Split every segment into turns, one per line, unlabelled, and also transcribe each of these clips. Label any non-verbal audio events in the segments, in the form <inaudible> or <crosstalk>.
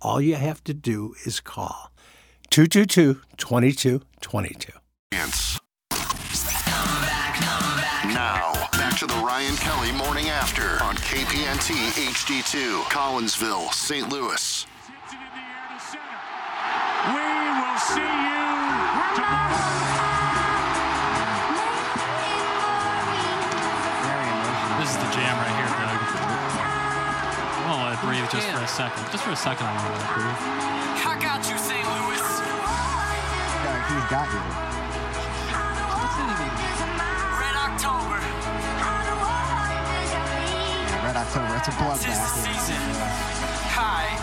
All you have to do is call 222 2222.
Ants. Now, back to the Ryan Kelly Morning After on KPNT HD2, Collinsville, St.
Tips
Louis.
it in the air to center. We will see you tomorrow.
This is the jam right here, Doug. I want to let it breathe just for a second. Just for a second, I want to let it breathe.
I got you, St. Louis. Red October.
Red October. It's a
Tis the
bloodbath.
season. Hi.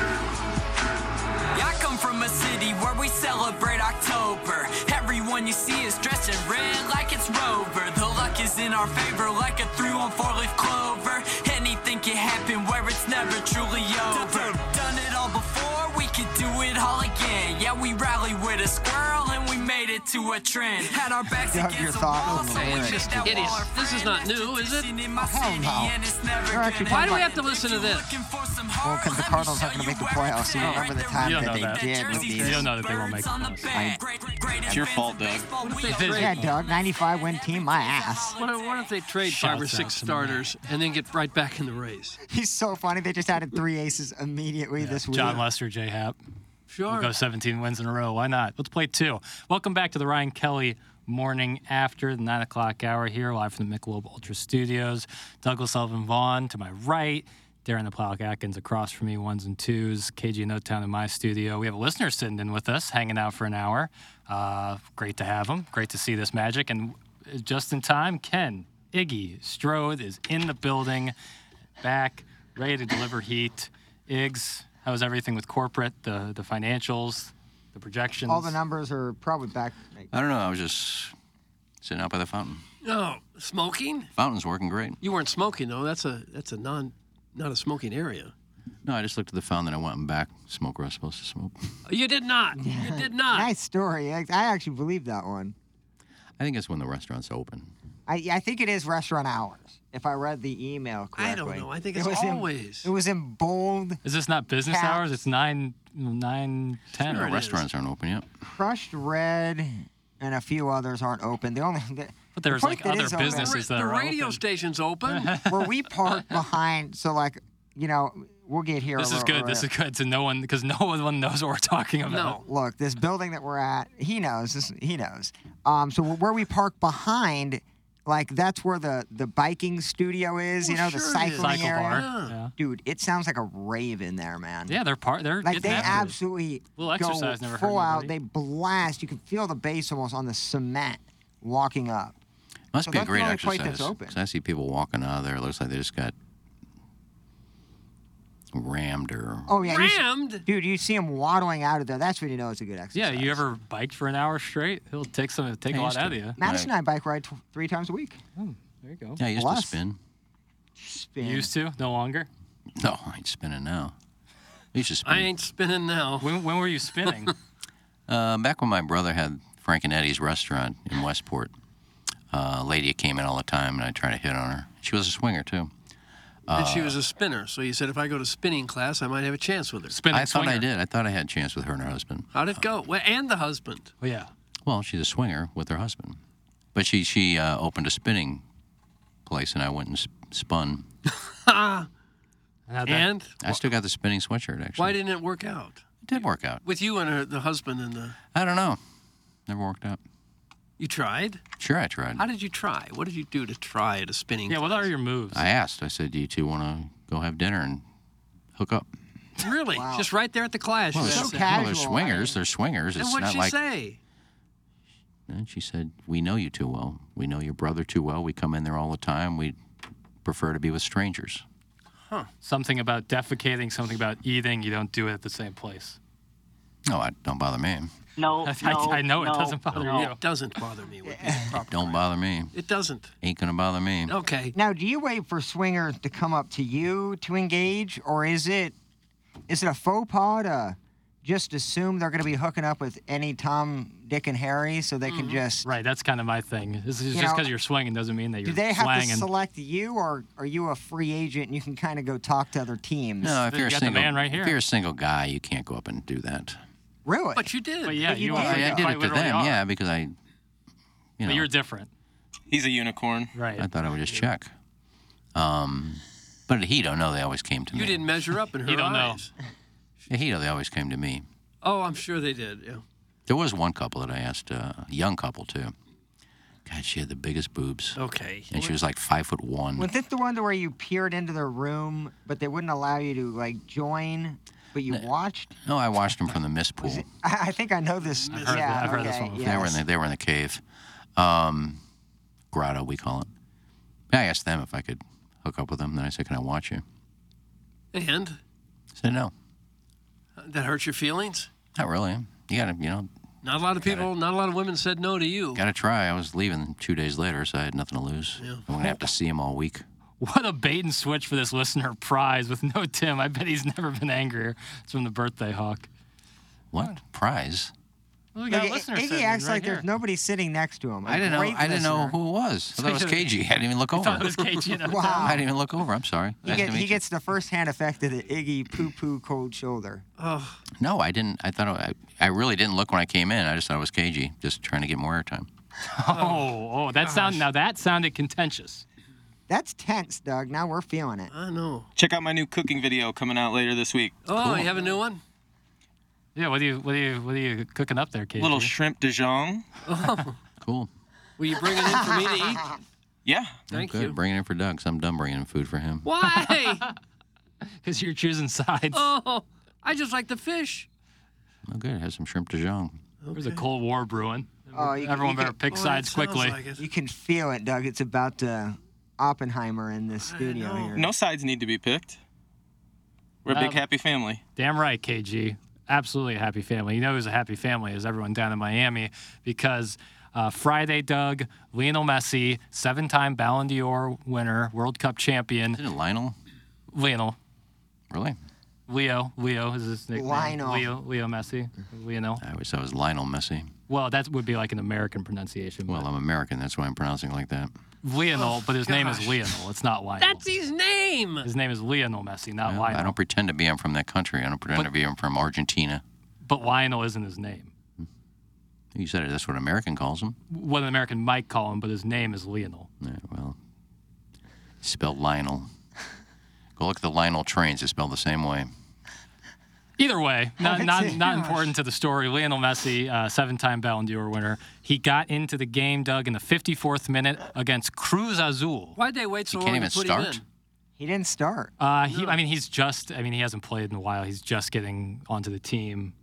Yeah, I come from a city where we celebrate October. Everyone you see is dressed in red like it's Rover. The luck is in our favor like a 3 on 4 leaf clover. Anything can happen where it's never truly over. Done it all before, we could do it all again. Yeah, we rallied with a squirrel and we made it to a trend. Had our backs
Yeah, your
against the
thought
wall.
was
so we
lyrics.
made
It's
that
just- it
wall
is-
our
this is
friend.
not
That's
new,
a
is it?
tradition in my
Hell
city,
no.
and it's never
They're actually
gonna
Why do we
end.
have to listen to this?
Well,
Well, 'cause the Cardinals aren't gonna make the playoffs, you remember the time
You don't
that
know
they
that.
did with
You
these.
don't know that they won't make the playoffs.
It's your fault, Doug.
Yeah, Doug, 95 win team, my ass.
Why, why don't they trade five or
Shouts out
six
to the man.
starters and then get right back in the race?
He's so funny. They just added three aces immediately this week.
John Lester, J. Happ.
Sure.
We'll go 17 wins in a row. Why not? Let's play two. Welcome back to the Ryan Kelly morning after the 9 o'clock hour here, live from the Michelob Ultra Studios. Douglas Sullivan Vaughn to my right. Darren the Plow Atkins across from me, ones and twos. KG Notetown in my studio. We have a listener sitting in with us, hanging out for an hour. Uh, great to have him. Great to see this magic. And just in time, Ken Iggy Strode is in the building back, ready to deliver heat. Iggs, how's everything with corporate, the the financials, the projections?
All the numbers are probably back.
I don't know. I was just sitting out by the fountain.
No, smoking?
Fountain's working great.
You weren't smoking though. That's a that's a non not a smoking area.
No, I just looked at the fountain. I went and back. Smoke where I was supposed to smoke.
You did not. You did not.
Nice story. I I actually believe that one.
I think it's when the restaurant's open.
I, I think it is restaurant hours, if I read the email correctly.
I don't know. I think it's
was in-
always.
it was in bold,
Is this not business
Caps.
hours? It's nine nine ten.
No,
it is.
restaurants aren't open yet.
crushed red, and a few others aren't open. The only. The,
But there's
the
like
part that
other
is open-
businesses that
the
are
radio
open.
station's open.
<laughs>
where we park behind, so like, you know, we'll get here. a
This is
little
good. This
earlier.
is good to no one because no <laughs> one knows what we're talking about.
No.
Look, this building that we're at, he knows. This, he knows. Um, so where we park behind, like that's where the the biking studio is. you
Well,
know, the
Oh, sure it is.
cycling
Cycle
area.
bar.
Yeah.
Yeah.
Dude, it sounds like a rave in there, man.
Yeah, they're part. They're
Like
getting
they
after it.
absolutely
Little
go
exercise never hurt
full out.
nobody.
They blast. You can feel the bass almost on the cement walking up.
Must
So
be a
that's the
great
only place
exercise.
that's open.
'cause I see people walking out of there. It looks like they just got rammed or.
Oh yeah, you s-
Rammed.
dude, you see him waddling out of there. That's when you know it's a good
Yeah,
exercise.
you ever biked for an hour straight? It'll take some. It'll take a
I
lot
used
out of
to.
you.
Madison and I bike ride tw- three times a week.
There you go.
Yeah, I used
Plus.
to spin.
Spin.
Used to, no longer.
No, I ain't spinning now. I used to spin.
I ain't spinning now.
When, when were
<laughs>
you spinning?
Uh, back when my brother had Frank and Eddie's restaurant in Westport, uh, a lady came in all the time, and I tried to hit on her. She was a swinger too.
and
Uh.
she was a spinner, so you said if I go to spinning class, I might have a chance with her.
Spinning
I thought I
swinger.
did. I thought I had a chance with her and her husband.
How'd it
Uh.
go? Well, and the husband.
Oh, yeah.
Well, she's a swinger with her husband, but she she uh, opened a spinning place, and I went and s- spun.
How'd that-
And
I still got the spinning sweatshirt actually.
why didn't it work out
it did work out?
with you and her, the husband and the?
I don't know. Never worked out.
You tried?
Sure, I tried.
How did you try? What did you do to try at a spinning
Yeah, what are your moves?
I asked. I said, "Do you two want to go have dinner and hook up?"
<laughs> Really? Just right there at the clash.
Well,
you
they're-
said.
well, they're swingers. They're swingers.
And
It's
what'd
not
she
like.
say?
And she said, "We know you too well. We know your brother too well. We come in there all the time. We prefer to be with strangers."
Something about defecating, something about eating. You don't do it at the same place. <laughs>
No, I don't bother me.
No,
I- I know it
no,
doesn't bother
no.
you.
It doesn't bother me. With
Don't bother me.
It doesn't.
Ain't gonna bother me.
Okay.
Now, do you wait for swingers to come up to you to engage, or is it is it a faux pas to just assume they're going to be hooking up with any Tom, Dick, and Harry, so they can just
Right, that's kind of my thing. This is
You
just
know,
because you're swinging doesn't mean that you're
do they have
swinging.
to select you, or are you a free agent and you can kind of go talk to other teams?
No, if you're a
got the
single,
man right here.
if you're a single guy, you can't go up and do that.
Really?
But you did.
But yeah,
But you
you
did.
are.
Yeah, I
I
you
did it
quite
to
literally
them,
are.
yeah, because I, you know,
But you're different.
He's a unicorn.
Right.
I thought I would just check. Um, but at Hito, no, they always came to
You
me.
didn't measure up in her
You don't know.
eyes.
At Hito, they always came to me.
Oh, I'm sure they did. Yeah.
There was one couple that I asked, uh, a young couple too. God, she had the biggest boobs,
Okay.
and she was like five foot one.
Was this the one where you peered into their room, but they wouldn't allow you to like join, but you watched?
No, I watched them from the mist pool.
I, I think I know this.
I've heard-
yeah,
I've heard this
okay,
one before.
They were in
yes.
the they were in the cave, um, grotto we call it. I asked them if I could hook up with them. Then I said, "Can I watch you?"
And
They said, "No,
that hurt your feelings?
not really. You gotta, you know,
Not a lot of people, not a lot of women said no to you.
gotta try." I was leaving two days later, so I had nothing to lose. I'm gonna have to see him all week.
<laughs> What a bait and switch for this listener prize with no Tim. I bet he's never been angrier. It's from the birthday hawk.
What prize?
Well, we got
Look,
a listener
Iggy
sending
acts
right
like
here.
there's nobody sitting next to him. I
I didn't know. I didn't know who it was. I thought it was KG. I didn't even look
thought it
<laughs>
over.
was KG. and-
Wow.
I didn't even look over. I'm sorry.
He,
Nice to
get-
meet
he
you.
gets the first-hand effect of the Iggy poo-poo cold shoulder.
No, I didn't. I thought it, I, I really didn't look when I came in. I just thought it was KG, just trying to get more airtime.
Oh, oh, that sound now that sounded contentious.
That's tense, Doug. Now we're feeling it.
Uh,
I know.
Check out my new cooking video coming out later this week.
Oh, you have a new one?
Yeah, what are you what are you what are you cooking up there, KG?
Little
<laughs>
shrimp Dijon.
Cool.
Will you bring it in for me to eat?
<laughs> Yeah.
<laughs>
Thank
Good.
you.
Bringing in for Doug. 'cause I'm done bringing in food for him.
Why?
Because you're choosing sides.
oh, I just like the fish.
Oh, good. Have some shrimp Dijon.
There's a Cold War brewing.
Oh, you,
Everyone
you
better
can,
pick
Oh, that
sides
sounds
quickly.
like it.
You can feel it, Doug. It's about to Oppenheimer in this studio here.
No sides need to be picked. We're a big
Um,
happy family.
Damn right, KG. Absolutely a happy family. You know who's a happy family is everyone down in Miami because uh, Friday, Doug, Lionel Messi, seven-time Ballon d'Or winner, World Cup champion,
Isn't it Lionel?
Lionel.
Really?
Leo, Leo is his nickname.
Lionel.
Leo, Leo Messi,
Mm-hmm.
Lionel.
I always thought it was Lionel Messi.
Well, that would be like an American pronunciation.
Well,
Well,
I'm American. That's why I'm pronouncing it like that.
Lionel, but his name is Lionel. It's not Lionel.
That's his name.
his name is Lionel Messi, not
I
Lionel.
don't pretend to be I'm from that country. I don't pretend to be I'm from Argentina.
But Lionel isn't his name.
You said it. That's what an American calls him.
What an American might call him, but his name is Lionel.
Yeah, well, spelled
<laughs>
Lionel. Go look at the Lionel trains. It's spelled the same way.
<laughs>
Either way, not, not, not important to the story. Lionel Messi, uh, seven time Ballon d'Or winner, he got into the game, Doug, in the 54th minute against Cruz Azul.
Why'd they wait so
can't
long
even
to put
start?
him
He didn't start.
Uh, he, I mean, he's just, I mean, he hasn't played in a while. He's just getting onto the team.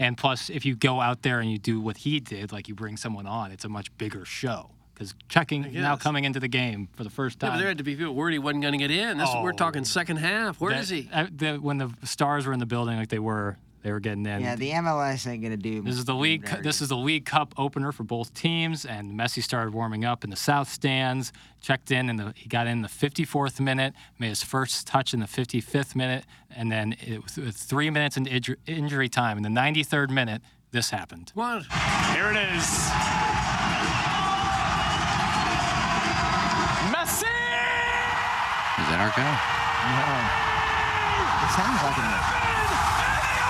And plus, if you go out there and you do what he did, like you bring someone on, it's a much bigger show. Because checking now
guess.
coming into the game for the first
in? Yeah, but
time.
there had to be people worried he wasn't going to get in. This, We're
Oh.
talking second half. Where
that-
is he?
uh, that when the stars were in the building, like they were, they were getting in.
yeah, the MLS ain't gonna do.
This is the league. Cu- This is the League Cup opener for both teams, and Messi started warming up in the south stands. Checked in, and he got in the 54th minute, made his first touch in the 55th minute, and then it was, it was three minutes into inju- injury time. In the 93rd minute, this happened.
What?
Here it is. Messi!
Is that our guy?
It sounds like a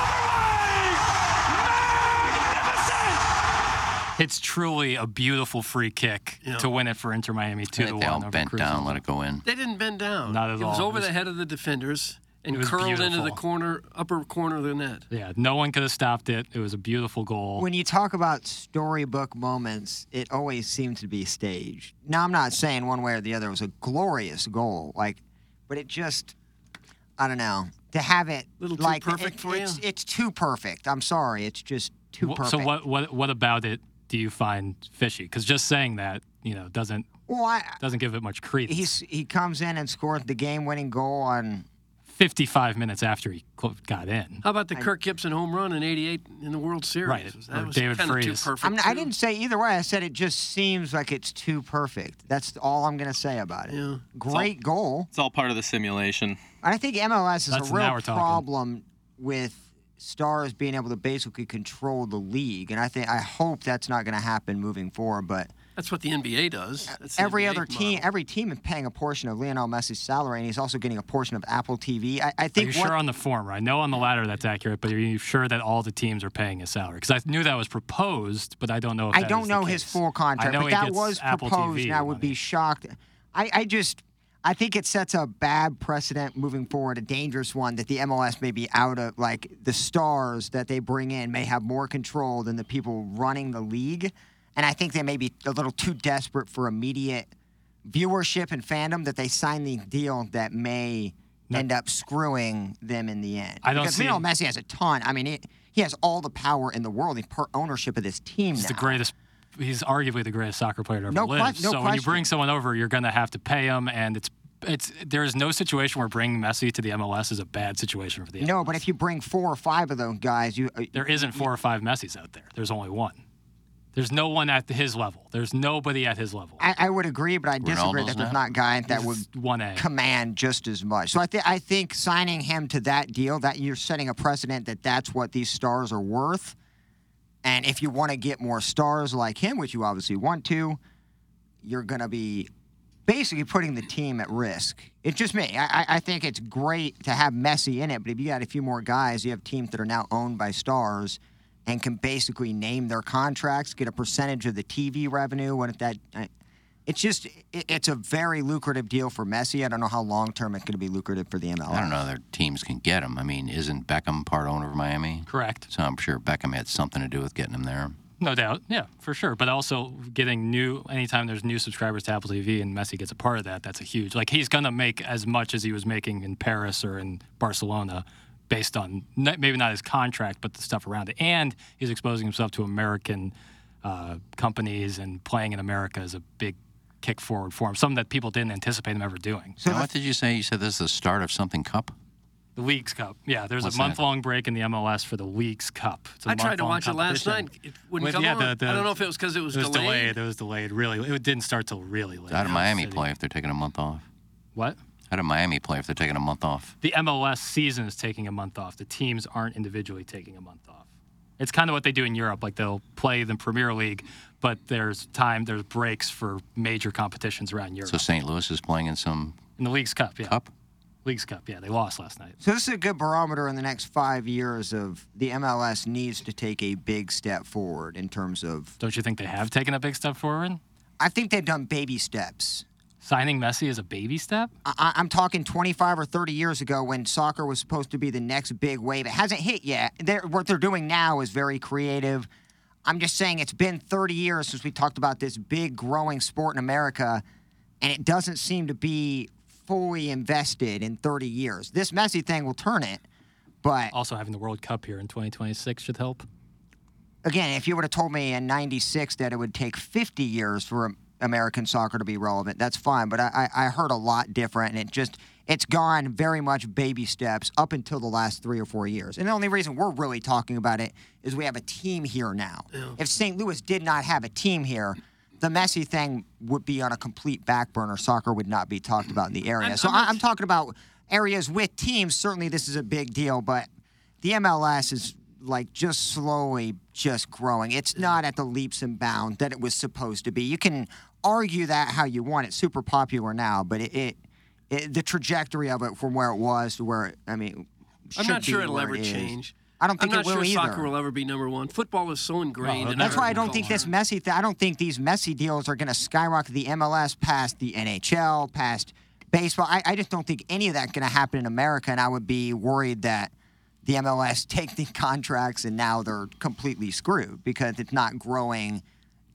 It's truly a beautiful free kick to win it for Inter Miami
I
two to
think
one.
they all
over
bent
Cruz
down,
Azul.
let it go in.
They didn't bend down.
Not at
it was
all.
over
It was-
the head of the defenders. and
It was
curled into the
beautiful.
corner, upper corner of the net.
Yeah, no one could have stopped it. It was a beautiful goal.
When you talk about storybook moments, it always seemed to be staged. Now I'm not saying one way or the other it was a glorious goal, like, but it just, I don't know, to have it
Little too
like
perfect
it-
for you?
It's, it's too perfect. I'm sorry, it's just too
Wh-
perfect.
So what what what about it do you find fishy? Because just saying that you know doesn't
Well, I,
doesn't give it much credence.
he's he comes in and scores the game-winning goal on.
55 minutes after he cl- got in.
How about the Kirk Gibson home run in '88 in the World Series?
Right,
That
or
was
David
kind of too
Freese.
perfect.
I'm, I
too.
didn't say either way. I said it just seems like it's too perfect. That's all I'm gonna say about it. Great goal.
It's all part of the simulation.
I think MLS is
That's-
a
now
real
we're talking.
problem with stars being able to basically control the league, and I think I hope that's not going to happen moving forward. But
That's what the NBA does. That's the
every
NBA
other
model.
team, every team is paying a portion of Lionel Messi's salary, and he's also getting a portion of Apple TV. I, I
Are
think
you
what-
sure on the former? I know on the latter that's accurate, but are you sure that all the teams are paying his salary? Because I knew that was proposed, but I don't know. If
I
that
don't
is the
know his
case.
full contract,
I know
but
he
that
gets
was
Apple
proposed,
TV
and I would be shocked. I, I just, I think it sets a bad precedent moving forward, a dangerous one that the MLS may be out of, like the stars that they bring in may have more control than the people running the league, and I think they may be a little too desperate for immediate viewership and fandom that they sign the deal that may. End up screwing them in the end.
I don't
because
see-
Lionel Messi has a ton. I mean, he, he has all the power in the world. He's part ownership of this team
He's
now.
the greatest. He's arguably the greatest soccer player to ever
No que-
live.
no
so when you
question.
bring someone over, you're going to have to pay him, and it's it's there is no situation where bringing Messi to the MLS is a bad situation for the.
No, but if you bring four or five of those guys, you uh,
There isn't four or five Messis out there. There's only one. There's no one at his level. There's nobody at his level.
I, I would agree, but I disagree that
Ronaldo's
there's
now?
not guy that would
One A.
command just as much. So I think I think signing him to that deal that you're setting a precedent that that's what these stars are worth. And if you want to get more stars like him, which you obviously want to, you're going to be basically putting the team at risk. It's just me. I, I- I think it's great to have Messi in it, but if you got a few more guys, you have teams that are now owned by stars and can basically name their contracts, get a percentage of the TV revenue. What if that? I- It's just it, it's a very lucrative deal for Messi. I don't know how long term it's going to be lucrative for the MLS.
I don't know other teams can get him. I mean, isn't Beckham part owner of Miami?
Correct.
So I'm sure Beckham had something to do with getting him there.
No doubt, yeah, for sure. But also getting new anytime there's new subscribers to Apple TV and Messi gets a part of that, that's a huge. Like he's gonna make as much as he was making in Paris or in Barcelona, based on not- maybe not his contract, but the stuff around it. And he's exposing himself to American uh, companies and playing in America is a big kick forward for him. Something that people didn't anticipate him ever doing.
So what did you say? You said this is the start of something cup?
The Leagues Cup, yeah. There's
What's
a
that?
month long break in the MLS for the Leagues Cup. It's a
I tried to
month-long
watch it last
competition.
night. It wouldn't come
yeah,
on.
the- the-
I don't know if it was because it was, delayed.
It was delayed. Really, it didn't start till really late.
How did Miami play if they're taking a month off?
What?
How did Miami play if they're taking a month off?
The MLS season is taking a month off. The teams aren't individually taking a month off. It's kind of what they do in Europe. Like they'll play the Premier League, but there's time, there's breaks for major competitions around Europe.
So St. Louis is playing in some.
in the League's Cup, yeah. Cup. League's Cup, yeah. They lost last night.
So this is a good barometer in the next five years of the MLS needs to take a big step forward in terms of.
Don't you think they have taken a big step forward?
I think they've done baby steps.
Signing Messi is a baby step.
I- I- I'm talking 25 or 30 years ago when soccer was supposed to be the next big wave. It hasn't hit yet. They're, what they're doing now is very creative. I'm just saying it's been 30 years since we talked about this big growing sport in America, and it doesn't seem to be fully invested in 30 years. This messy thing will turn it, but
Also having the World Cup here in 2026 should help.
again, if you would have told me in '96 that it would take 50 years for Am- American soccer to be relevant, that's fine. But I, I I heard a lot different, and it just it's gone very much baby steps up until the last three or four years. And the only reason we're really talking about it is we have a team here now. If St. Louis did not have a team here. The messy thing would be on a complete back burner. Soccer would not be talked about in the area. so I- I'm talking about areas with teams. Certainly, this is a big deal, but the MLS is like just slowly just growing. It's not at the leaps and bounds that it was supposed to be. You can argue that how you want. It's super popular now, but it, it, it the trajectory of it from where it was to where it, I mean,
I'm
should
not sure
be
it'll
where
ever
it is.
change.
I don't think
I'm not
it will
sure
either.
soccer will ever be number one. Football is so ingrained. in
That's why I don't
everything.
think this messy. Th- I don't think these messy deals are going to skyrocket the MLS past the NHL, past baseball. I, I just don't think any of that going to happen in America, and I would be worried that the MLS <laughs> take the contracts and now they're completely screwed because it's not growing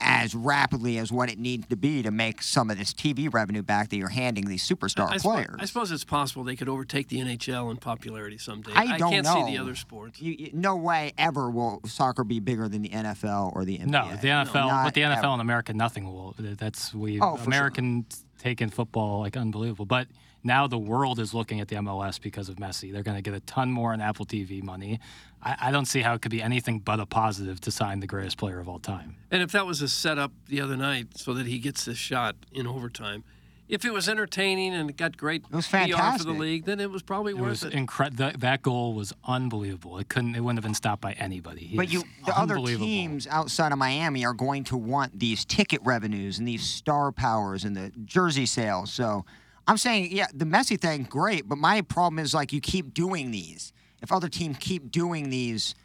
as rapidly as what it needs to be to make some of this TV revenue back that you're handing these superstar
I, suppose,
players.
I suppose it's possible they could overtake the NHL in popularity someday.
I don't
can't
know.
see the other sports.
You, you- no way ever will soccer be bigger than the NFL or the NBA.
No, the NFL,
Not
but the NFL
ever.
and America, nothing will. That's we
Oh, for sure.
American taking football like unbelievable. But now the world is looking at the MLS because of Messi. They're going to get a ton more in Apple TV money. I, I don't see how it could be anything but a positive to sign the greatest player of all time.
And if that was a setup the other night so that he gets this shot in overtime, if it was entertaining and it got great
was
PR for the
fantastic.
league, then it was probably
It
worth
was
it.
incredible. That, that goal was unbelievable. It couldn't. It wouldn't have been stopped by anybody. He
But
is
you, the other
unbelievable.
teams outside of Miami are going to want these ticket revenues and these star powers and the jersey sales. So I'm saying, yeah, the Messi thing, great. But my problem is like you keep doing these. If other teams keep doing these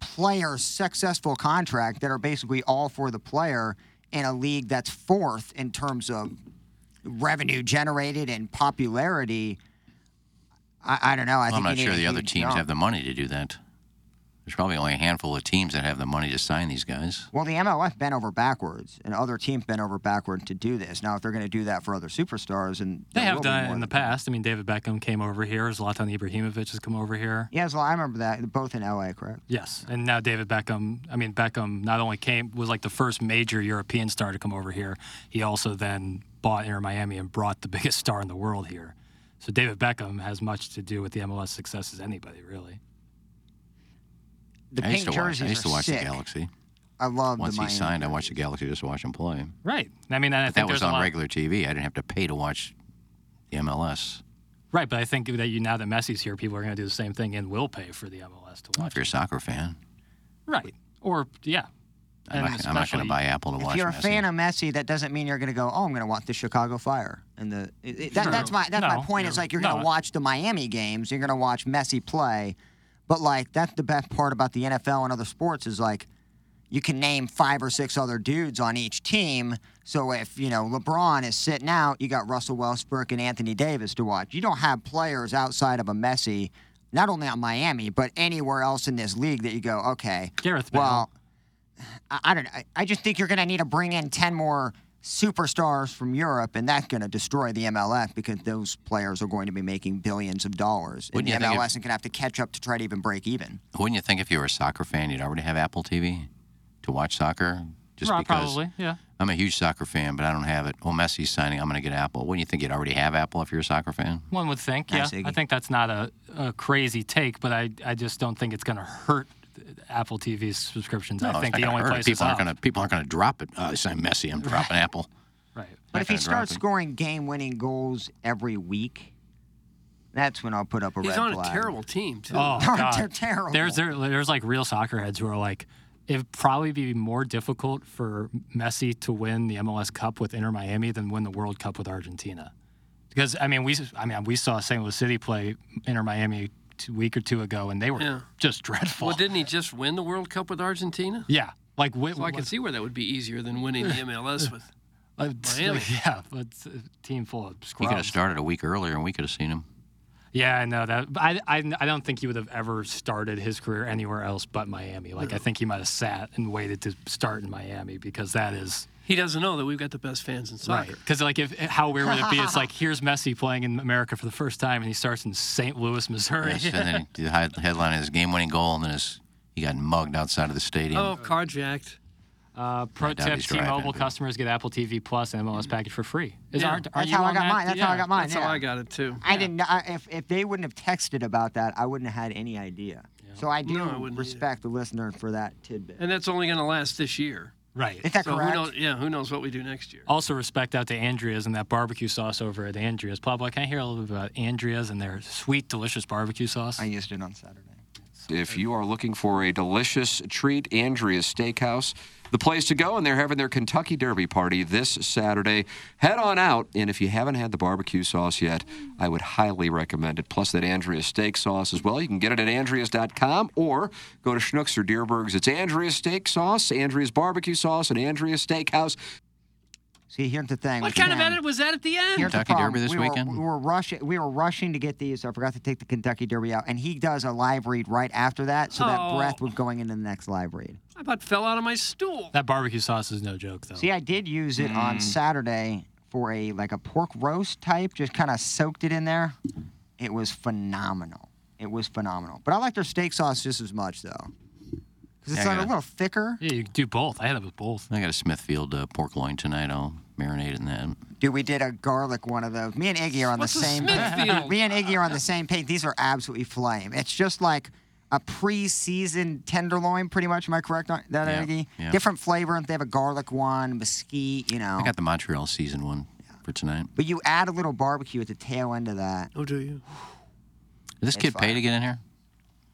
player successful contract that are basically all for the player in a league that's fourth in terms of revenue generated and popularity, I, I don't know. I
Well,
think
I'm
you
not
need
sure
a
the other
huge
teams
jump.
have the money to do that. There's probably only a handful of teams that have the money to sign these guys.
Well, the MLF bent over backwards, and other teams bent over backward to do this. Now, if they're going to do that for other superstars, and
They
there
have
will be
done it
more
in the
than-
past. I mean, David Beckham came over here. Zlatan Ibrahimovic has come over here.
yeah, so I remember that both in LA, correct?
Yes, and now David Beckham. I mean, Beckham not only came was like the first major European star to come over here. He also then bought Air Miami and brought the <laughs> biggest star in the world here. So David Beckham has much to do with the MLS success as anybody really.
The
I used
pink
to watch, I
jerseys
used to
are
watch
sick.
the Galaxy.
I love
Once
the
he
Miami.
signed, I watched the Galaxy just to watch him play.
Right. I mean, and I
But
think
that was
there's a
on
lot-
regular TV. I didn't have to pay to watch the MLS.
Right, but I think that you now that Messi's here, people are going to do the same thing and will pay for the MLS to
Well,
watch.
if you're a soccer fan,
Right. Or yeah.
I'm not, I'm
And
not going
especially-
to buy Apple to
If
watch
you're a
Messi.
fan of Messi, that doesn't mean you're going to go, oh, I'm going to watch the Chicago Fire. And the it- it- that,
True.
that's my that's
No,
my point. It's
you're
like you're going
not.
to watch the Miami games, you're going to watch Messi play, but like that's the best part about the NFL and other sports is like you can name five or six other dudes on each team. So if you know LeBron is sitting out, you got Russell Westbrook and Anthony Davis to watch. You don't have players outside of a Messi, not only on Miami but anywhere else in this league that you go, okay,
Gareth Bale.
well. I, I don't know. I, I just think you're going to need to bring in 10 more superstars from Europe, and that's going to destroy the MLS because those players are going to be making billions of dollars.
Wouldn't you
and the
think if-
MLS is going to have to catch up to try to even break even.
Wouldn't you think if you were a soccer fan, you'd already have Apple TV to watch soccer? Just
Right,
because
probably, yeah.
I'm a huge soccer fan, but I don't have it. Oh, Messi's signing. I'm going to get Apple. Wouldn't you think you'd already have Apple if you're a soccer fan?
One would think, yeah.
Nice, Iggy.
I think that's not a, a crazy take, but I, I just don't think it's going to hurt Apple TV's subscriptions.
No,
I
it's
think
not
the
gonna
only
hurt it.
place it's
people aren't
up.
going to people aren't going to drop it. Oh, it's not Messi. I'm dropping Apple.
Right.
But if he
gonna drop
starts
it.
scoring game winning goals every week, that's when I'll put up a
He's
red
on
flag.
a terrible team, too.
Oh, God.
they're terrible.
There's there, there's like real soccer heads who are like, it'd probably be more difficult for Messi to win the MLS Cup with Inter Miami than win the World Cup with Argentina, because I mean we I mean we saw St. Louis City play Inter Miami a week or two ago and they were
Yeah.
just dreadful.
Well, didn't he just win the World Cup with Argentina?
yeah, like win,
So I can see where that would be easier than winning the MLS with. Miami.
yeah, but <laughs> it's a team full of
He could have
scrubs.
started a week earlier, and we could have seen him.
Yeah, I know that. But I, I, I don't think he would have ever started his career anywhere else but Miami. Like, I think he might have sat and waited to start in Miami because that is.
He doesn't know that we've got the best fans in soccer.
Because, like, if eh, how weird would it be?
<laughs>
It's like, here's Messi playing in America for the first time and he starts in St. Louis, Missouri.
Yes, and then the hi- headline is game-winning goal, and then his, he got mugged outside of the stadium.
Oh, carjacked.
Uh, <laughs> pro
I doubt
tip
he's
T Mobile
driving,
customers get Apple TV Plus and MLS package for free. Is,
Yeah.
aren't- are
Mm. That's
you
how I
on
got
that?
mine. That's how I
Yeah.
got mine.
That's
yeah.
how I got it too.
I didn't. I, if if they wouldn't have texted about that, I wouldn't have had any idea. So I do
No, I wouldn't either.
respect the listener for that tidbit.
And that's only going to last this year.
Right.
Is that
so
correct?
Who knows, yeah, who knows what we do next year?
Also, respect out to Andrea's and that barbecue sauce over at Andrea's. Pablo, can I hear a little bit about Andrea's and their sweet, delicious barbecue sauce? I
used it on Saturday.
If you are looking for a delicious treat, Andrea's Steakhouse, the place to go, and they're having their Kentucky Derby party this Saturday. Head on out, and if you haven't had the barbecue sauce yet, I would highly recommend it. Plus, that Andrea's steak sauce as well. You can get it at Andrea's.com or go to Schnucks or Deerberg's. It's Andrea's Steak Sauce, Andrea's Barbecue Sauce, and Andrea's Steakhouse.
See, here's the thing.
What
with
kind of
them.
edit was that at the end?
Here's the problem. we Were, we were rushing. We were rushing to get these. So I forgot to take the Kentucky Derby out, and he does a live read right after that, so that
Oh.
breath was going into the next live read.
I about fell out of my stool.
That barbecue sauce is no joke, though.
See, I did use it on
Hmm.
Mm.
Saturday for a like a pork roast type. Just kind of soaked it in there. It was phenomenal. It was phenomenal. But I like their steak sauce just as much though, because it's
Yeah,
like a
I got it.
little thicker.
Yeah, you can do both. I had it with both.
I got a Smithfield uh, pork loin tonight. I'll marinate it in that.
Dude, we did a garlic one of those. Me and Iggy are on
What's
the
a
same.
Smithfield?
<laughs> Me and Iggy are on the same page. These are absolutely flame. It's just like a pre-seasoned tenderloin, pretty much. Am I correct on that,
Yeah,
Iggy?
yeah.
Different flavor. They have a garlic one, mesquite. You know.
I got the Montreal season one for tonight.
but you add a little barbecue at the tail end of that.
Oh, do you?
Did this
It's
kid pay
fine.
to get in here?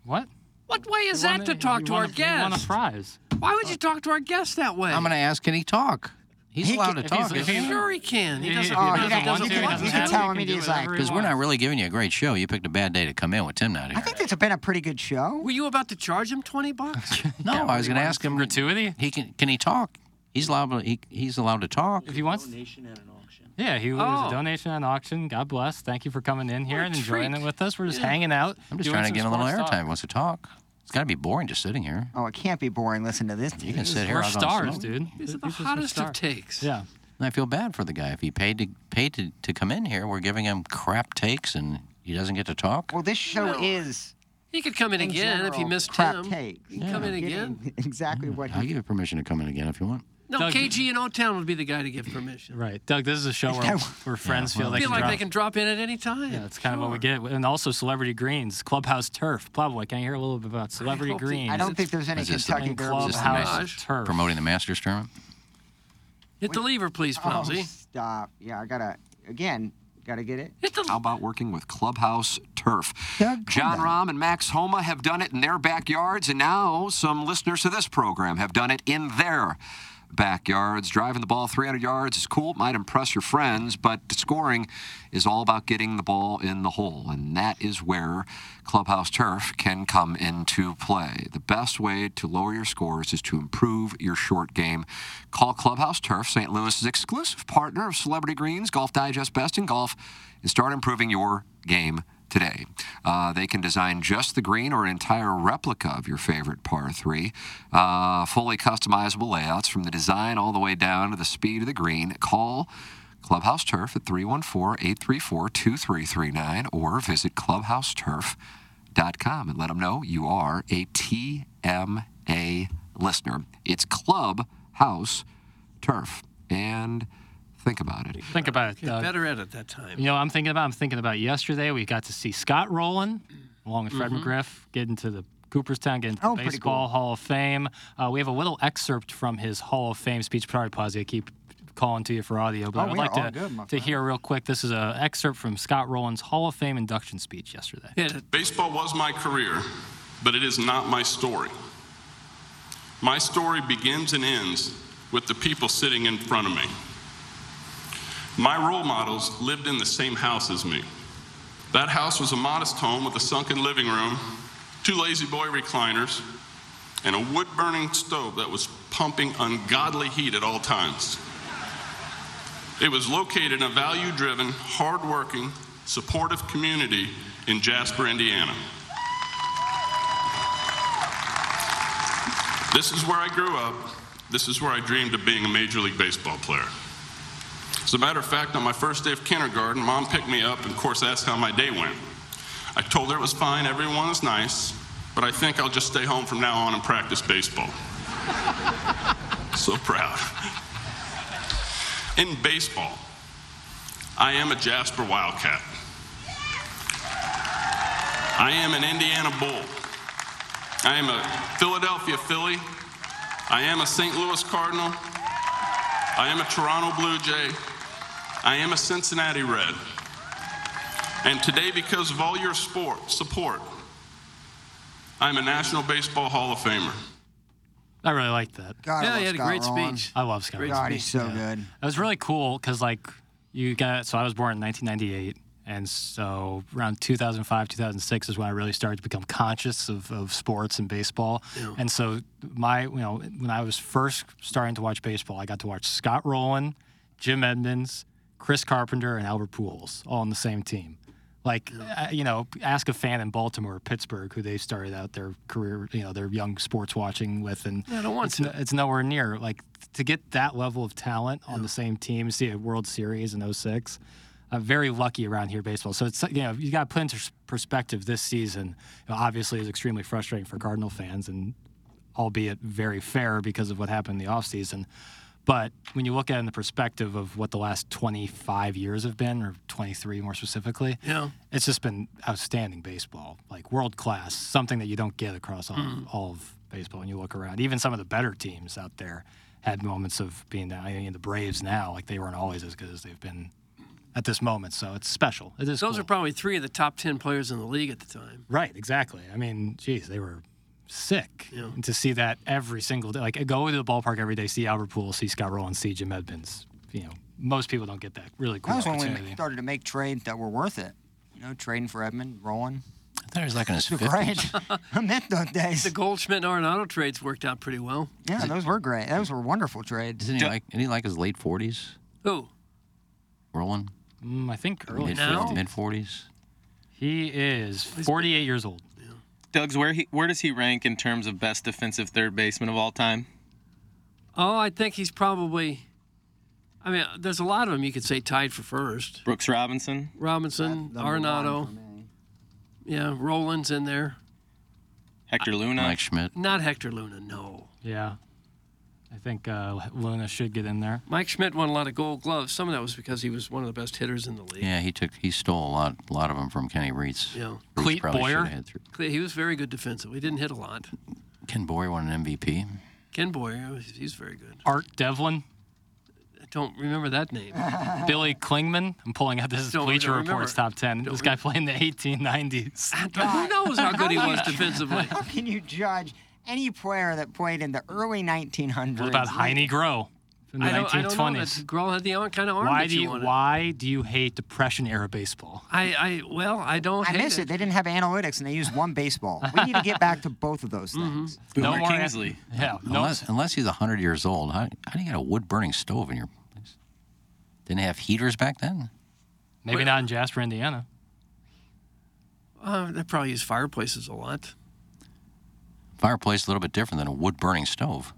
What?
What way is that to talk to our guest?
want a prize?
Why would you talk to our guest that way?
I'm going to ask, can he talk? He's
He
allowed
can-
to
if
talk.
he's- if
isn't
he-
he?
Sure he can. He
Yeah,
doesn't-
if
oh, he
doesn't
doesn't
want
want
to,
to,
he
he
doesn't
you can
have to.
tell
He
him it
do
is
whatever
like-
he
Because we're not really giving you a great show. You picked a bad day to come in with Tim not
I
here.
think it's been a pretty good show.
Were you about to charge him 20
<laughs>
bucks?
No, I was going to ask him.
Gratuity?
He can. Can he talk? He's allowed. He, he's allowed to talk.
If he wants. Yeah, he was
Oh.
a donation at an auction. God bless. Thank you for coming in here
What a
and enjoying
treat.
it with us. We're just
Yeah.
hanging out.
I'm just
doing
trying to
some
get a little
sports talk.
airtime. Wants to talk. It's got to be boring just sitting here.
Oh, it can't be boring. Listen to this.
You can sit here.
We're
I'll go
stars,
smoke.
dude.
These are the
This is
hottest
star.
of takes.
Yeah.
And I feel bad for the guy if he paid to paid to, to come in here. We're giving him crap takes and he doesn't get to talk.
Well, this show
No.
is
He could come in,
in
again if he
general,
missed
crap
him.
takes.
He could come in
You're
again.
getting <laughs> exactly what
I'll
he
give you permission to come in again if you want.
No,
Doug-
KG in O Town would be the guy to give permission.
Right. Doug, this is a show where, where friends feel they
feel
can
like
drop.
they can drop in at any time.
Yeah, that's kind of what we get. And also Celebrity Greens, Clubhouse Turf. Plowboy, can I hear a little bit about Celebrity
hope the- I
Greens?
I don't think there's any
Is this the
Kentucky
main
Derby.
club?
Is this the
House
mas-
turf.
promoting the Masters tournament?
Hit the lever, please,
Oh,
E.
Plowsy.
stop. Yeah, I gotta, again, gotta get it.
How about working with Clubhouse Turf?
Doug, come
John
back.
Rahm and Max Homa have done it in their backyards, and now some listeners to this program have done it in their backyards. Driving the ball 300 yards is cool, might impress your friends, but scoring is all about getting the ball in the hole, and that is where Clubhouse Turf can come into play. The best way to lower your scores is to improve your short game. Call Clubhouse Turf, St. Louis's exclusive partner of Celebrity Greens, Golf Digest Best in Golf, and start improving your game today. Uh, they can design just the green or an entire replica of your favorite par three. Uh, fully customizable layouts from the design all the way down to the speed of the green. Call Clubhouse Turf at 314 834 2339 or visit clubhouseturf.com and let them know you are a TMA listener. It's Clubhouse Turf. And think about it.
Think about it, Doug.
Better edit that time.
You know, what I'm thinking about. I'm thinking about yesterday. We got to see Scott Rowland, along with Fred
Mm-hmm.
McGriff, get into the Cooperstown, get into
Oh,
the
pretty
Baseball Hall of Fame. Uh, we have a little excerpt from his Hall of Fame speech. Probably pause. I keep calling to you for audio, but
Oh,
I would
we
like
are all
to,
good, my
to hear real quick. This is an excerpt from Scott Rowland's Hall of Fame induction speech yesterday.
Hit it.
Baseball was my career, but it is not my story. My story begins and ends with the people sitting in front of me. My role models lived in the same house as me. That house was a modest home with a sunken living room, two lazy boy recliners, and a wood burning stove that was pumping ungodly heat at all times. It was located in a value driven, hard working, supportive community in Jasper, Indiana. This is where I grew up. This is where I dreamed of being a Major League Baseball player. As a matter of fact, on my first day of kindergarten, mom picked me up and, of course, asked how my day went. I told her it was fine, everyone was nice, but I think I'll just stay home from now on and practice baseball. <laughs> so proud. In baseball, I am a Jasper Wildcat. I am an Indiana Bull. I am a Philadelphia Philly. I am a St. Louis Cardinal. I am a Toronto Blue Jay. I am a Cincinnati Red. And today, because of all your sport, support, I'm a National Baseball Hall of Famer.
I really liked that.
God, I
Yeah,
love
he had a
Scott
great
Rowland.
speech.
I love Scott.
Great
God, he's
speech,
so
yeah.
good.
It was really cool because like you got so I was born in 1998, and so around 2005, 2006 is when I really started to become conscious of, of sports and baseball. And so my you know when I was first starting to watch baseball, I got to watch Scott Rowland, Jim Edmonds, Chris Carpenter, and Albert Pujols all on the same team. Like, uh, you know, ask a fan in Baltimore or Pittsburgh who they started out their career, you know, their young sports watching with, and
Yeah, I don't want
it's, no- it's nowhere near. Like, to get that level of talent on the same team, see a World Series in 06, I'm very lucky around here baseball. So it's you know you got to put into s- perspective this season. You know, obviously, it was extremely frustrating for Cardinal fans, and albeit very fair because of what happened in the offseason. But when you look at it in the perspective of what the last 25 years have been, or 23 more specifically,
Yeah.
it's just been outstanding baseball, like world class, something that you don't get across all,
Mm.
all of baseball. And you look around, even some of the better teams out there had moments of being down. I mean, the Braves now, like they weren't always as good as they've been at this moment. So it's special. It is
Those
cool.
are probably three of the top ten players in the league at the time.
Right, exactly. I mean, geez, they were sick And to see that every single day. Like, go to the ballpark every day, see Albert Poole, see Scott Rowland, see Jim Edmonds. You know, most people don't get that really cool
That was when we
opportunity.
ma- started to make trades that were worth it. You know, trading for Edmund, Rowan.
I thought it was like in
<laughs>
his
They're great.
<laughs>
I meant those days.
The Goldschmidt and Arenado trades worked out pretty well.
Yeah, those were great. Those were wonderful trades.
Isn't he like? Isn't he like his late forties?
Who?
Roland.
Mm, I think early
Mid-
now.
Mid forties.
He is 48 years old.
Doug's where he where does he rank in terms of best defensive third baseman of all time?
Oh, I think he's probably. I mean, there's a lot of them you could say tied for first.
Brooks Robinson.
Robinson, Arenado. Yeah, Roland's in there.
Hector Luna.
Mike Schmidt.
Not Hector Luna, no.
Yeah. I think uh, Luna should get in there.
Mike Schmidt won a lot of gold gloves. Some of that was because he was one of the best hitters in the league.
Yeah, he took. He stole a lot. A lot of them from Kenny Reitz.
Yeah.
Reitz
Cleet
probably
Boyer?
shoulda had three-
Cle- He was very good defensively. He didn't hit a lot.
Ken Boyer won an MVP.
Ken Boyer, he's he's very good.
Art Devlin,
I don't remember that name.
Billy Klingman. I'm pulling out this is
Don't-
Bleacher
don't
Report's top 10. This guy played in
<laughs>
the 1890s.
Who knows how good he was defensively?
How can you judge any player that played in the early 1900s?
What about Heine Groh in the
I don't, I don't know.
1920s?
That Grohl had the kind of arm
Why
that
do
you
you,
wanted.
why do you hate Depression era baseball?
I, I well, I don't.
I
hate
miss it. They didn't have analytics and they used one baseball. We need to get back to both of
<laughs>
those
Mm-hmm.
things.
Boomer
more-
Kingsley.
Yeah, no-
Unless unless he's hundred years old, how, how do you get a wood burning stove in your place? Didn't they have heaters back then.
Maybe not in Jasper, Indiana.
Uh, they probably use fireplaces a lot.
Fireplace a little bit different than a wood burning stove.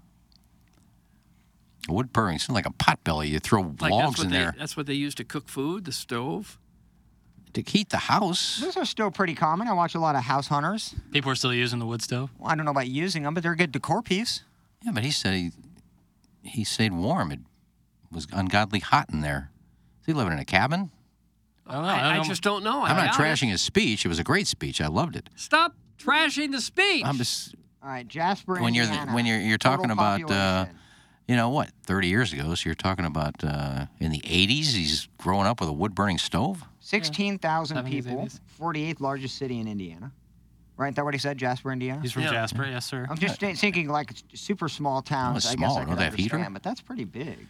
A wood burning, it's like a pot belly. You throw
Like that's
logs
what
in
they, uh,
there
That's what they use to cook food. The stove.
to heat the house.
Those are still pretty common. I watch a lot of house hunters.
People are still using the wood stove.
Well, I don't know about using them, but they're a good decor piece.
Yeah, but he said he he stayed warm. It was ungodly hot in there. Is he living in a cabin?
I don't know.
I,
I don't
I
know.
just don't know.
I'm
I
not
doubt it.
trashing his speech. It was a great speech. I loved it.
Stop trashing the speech.
Um,
I'm just
All right, Jasper.
when you're
Indiana.
when you're you're
Total
talking about uh,
population.
you know what 30 years ago. So you're talking about uh, in the 80s. He's growing up with a wood burning stove.
16,000
70s,
people,
80s.
48th largest city in Indiana. Right? Is that what he said? Jasper, Indiana?
He's from Jasper, yes, sir.
I'm just thi- thinking like it's super small towns.
it's
I
small.
guess I
Don't
could
they have heater?
understand, but that's pretty big.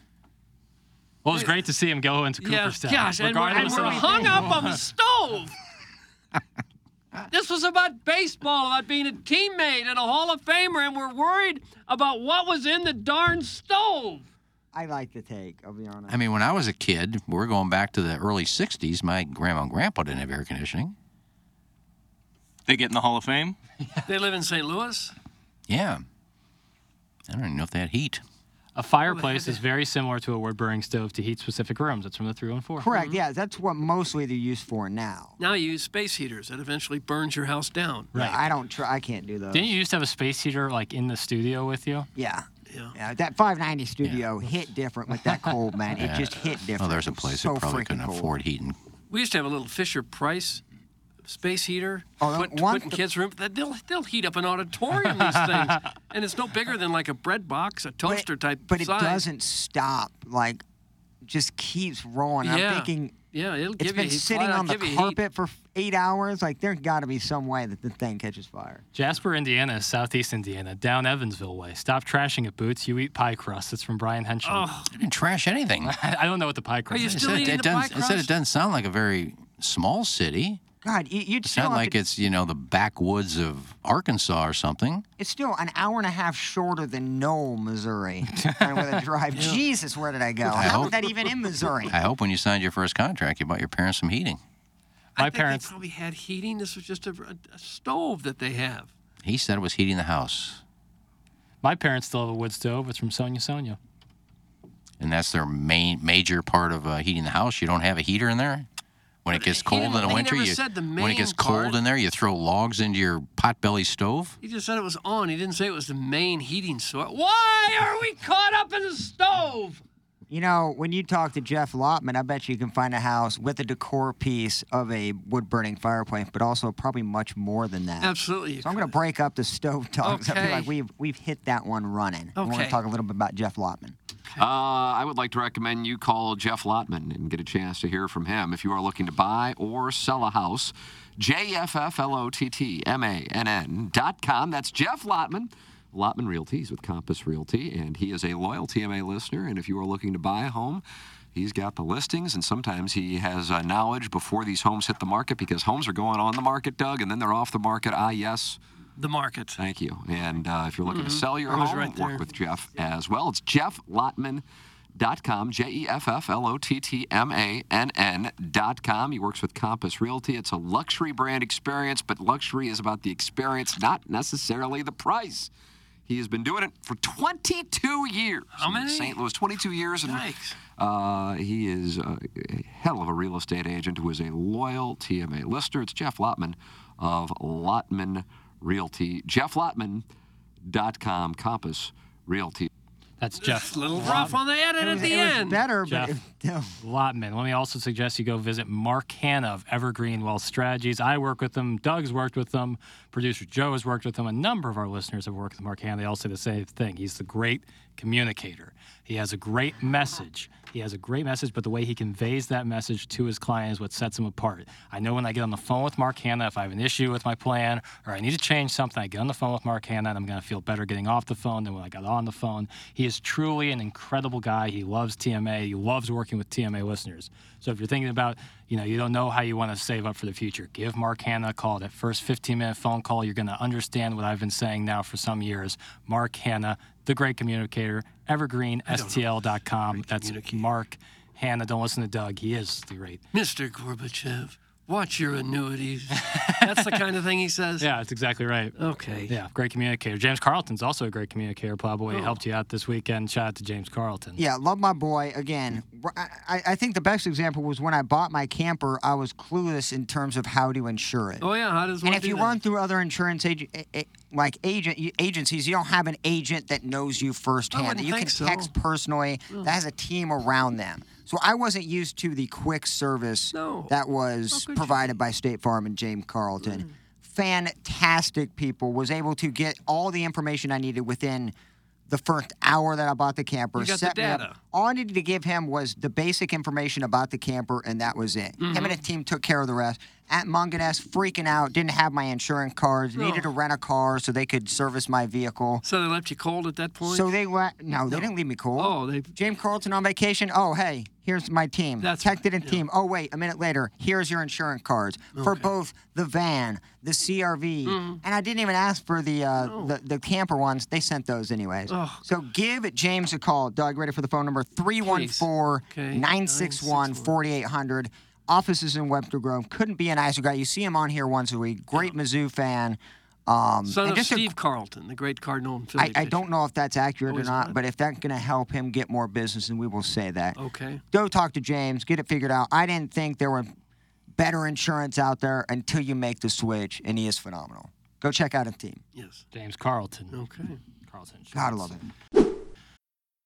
Well, it was great to see him go into
Yeah,
Cooperstown.
gosh, and we're, and
regardless
we're
of-
hung up on the stove. <laughs> this was about baseball, about being a teammate and a Hall of Famer, and we're worried about what was in the darn stove.
I like the take, I'll be honest.
I mean, when I was a kid, we're going back to the early 60s. My grandma and grandpa didn't have air conditioning.
They get in the Hall of Fame.
They live in St. Louis.
Yeah, I don't even know if they had heat.
a fireplace is very similar to a wood burning stove to heat specific rooms. It's from the oh 314.
hmm.
Correct. Yeah, that's what mostly they're used for now.
Now you use space heaters that eventually burns your house down.
Right.
I don't try. I can't do those.
Didn't you used to have a space heater like in the studio with you?
Yeah. Yeah. That 590 studio hit different with that cold, man.
<laughs>
It just hit different.
Oh, there's a place
so
that probably
freaking
couldn't
cold.
afford heat. And
We used to have a little Fisher Price space heater.
Oh,
put,
one-
put in kids' room. That- They'll, they'll heat up an auditorium, these
<laughs>
things. And it's no bigger than like a bread box, a toaster type
But it
size.
doesn't stop. Like, just keeps rolling. I'm
Yeah.
thinking
Yeah, it'll
it's
give you
been
heat.
sitting
Flat out
on the
give you heat.
carpet for eight hours. Like, there's got to be some way that the thing catches fire.
Jasper, Indiana is southeast Indiana, down Evansville way. Stop trashing it, Boots. You eat pie crust. It's from Brian Henschel.
Oh.
I didn't trash anything.
I don't know what the pie crust
you
<laughs> is.
still
it,
eating
it
the pie
doesn't, it said it
crust?
doesn't sound like a very small city.
God, you, you'd
It's
still
not
have
like
to,
it's, you know, the backwoods of Arkansas or something.
it's still an hour and a half shorter than Knoll,
<laughs>
Missouri. and with a drive, Jesus, where did I go?
I
How
hope-
is that even in Missouri?
<laughs> I hope when you signed your first contract, you bought your parents some heating.
I think They probably had heating. This was just a, a stove that they have.
He said it was heating the house,
My parents still have a wood stove. It's from Sonia Sonia.
and that's their main major part of uh, heating the house. You don't have a heater in there. When it gets cold in
didn't-
the
he
winter,
never
you,
said the
when it gets
main part.
cold in there, you throw logs into your potbelly stove.
He just said it was on. He didn't say it was the main heating source. Why are we caught up in the stove?
You know, when you talk to Jeff Lotman, I bet you can find a house with a decor piece of a wood burning fireplace, but also probably much more than that.
Absolutely.
So I'm going to break up the stove <laughs> talk. 'cause I feel
Okay.
like we've we've hit that one running. I want
Okay.
to talk a little bit about Jeff Lotman.
Uh, I would like to recommend you call Jeff Lotman and get a chance to hear from him if you are looking to buy or sell a house. J-F-F-L-O-T-T-M-A-N-N dot com. That's Jeff Lotman. Lotman Realties with Compass Realty, and he is a loyal TMA listener. And if you are looking to buy a home, he's got the listings, and sometimes he has uh, knowledge before these homes hit the market because homes are going on the market, Doug, and then they're off the market. Ah, yes.
The market.
Thank you. And uh, if you're looking
Mhm.
to sell your
I was
home,
right there.
work with Jeff as well. It's jefflottman.com, J E F F L O T T M A N N.com. He works with Compass Realty. It's a luxury brand experience, but luxury is about the experience, not necessarily the price. He has been doing it for 22 years. How many? St. Louis, 22 years. And uh, he is a a hell of a real estate agent who is a loyal TMA listener. It's Jeff Lotman of Lotman Realty. Jeff Lotman.com, Compass Realty.
That's Jeff.
little rough on the edit at the end.
Jeff Lotman. Let me also suggest you go visit Mark Hanna of Evergreen Wealth Strategies. I work with them. Doug's worked with them. Producer Joe has worked with them. A number of our listeners have worked with Mark Hanna. They all say the same thing. He's the great communicator. He has a great message. He has a great message, but the way he conveys that message to his client is what sets him apart. I know when I get on the phone with Mark Hanna, if I have an issue with my plan or I need to change something, I get on the phone with Mark Hanna and I'm going to feel better getting off the phone than when I got on the phone. He is truly an incredible guy. He loves TMA. He loves working with TMA listeners. So if you're thinking about, you know, you don't know how you want to save up for the future, give Mark Hanna a call. That first 15 minute phone call, you're going to understand what I've been saying now for some years. Mark Hanna, the great communicator, evergreenstl.com. That's Mark Hanna. Don't listen to Doug. He is the great.
Mr. Gorbachev, watch your annuities. That's the kind of thing he says.
Yeah, that's exactly right.
Okay.
Yeah, great communicator. James Carlton's also a great communicator. Plowboy He
Oh.
helped you out this weekend. Shout out to James Carlton.
Yeah, love my boy. Again, wh- I, I think the best example was when I bought my camper, I was clueless in terms of how to insure it.
Oh yeah, how does one
and if
do
you
that?
run through other insurance agent, like agent you- agencies, you don't have an agent that knows you firsthand. That
wouldn't
you can
think so.
text personally. That has a team around them. So I wasn't used to the quick service that was provided by State Farm and James Carlton.
Mm.
Fantastic people. Was able to get all the information I needed within the first hour that I bought the camper.
You got the
set me up.
data.
All I needed to give him was the basic information about the camper, and that was it. Him
Mm-hmm.
and his team took care of the rest. At Munganess, freaking out, didn't have my insurance cards, needed to rent a car so they could service my vehicle.
So they uh, left you cold at that point.
So they let no, they didn't leave me cold. Oh, they James Carlton on vacation. Oh, hey, here's my team. That's Tech and team. Oh, wait, a minute later, here's your insurance cards for both the van, the CRV, and I didn't even ask for the uh, the, the camper ones. They sent those anyways. so give James a call. Doug, ready for the phone number 314-961-4800. Offices in Webster Grove. Couldn't be a nicer guy. You see him on here once a week. Great Mizzou fan. Um,
Son
and
of
just a
Steve Carlton, the great Cardinal and Philly
I, I don't know if that's accurate
Oh,
or
he's
not, but if that's going to help him get more business, then we will say that.
Oh.
Okay.
Go talk to James, get it figured out. I didn't think there were better insurance out there until you make the switch, and he is phenomenal. Go check out his team.
Yes.
James Carlton.
Okay.
Carlton.
Gotta love it.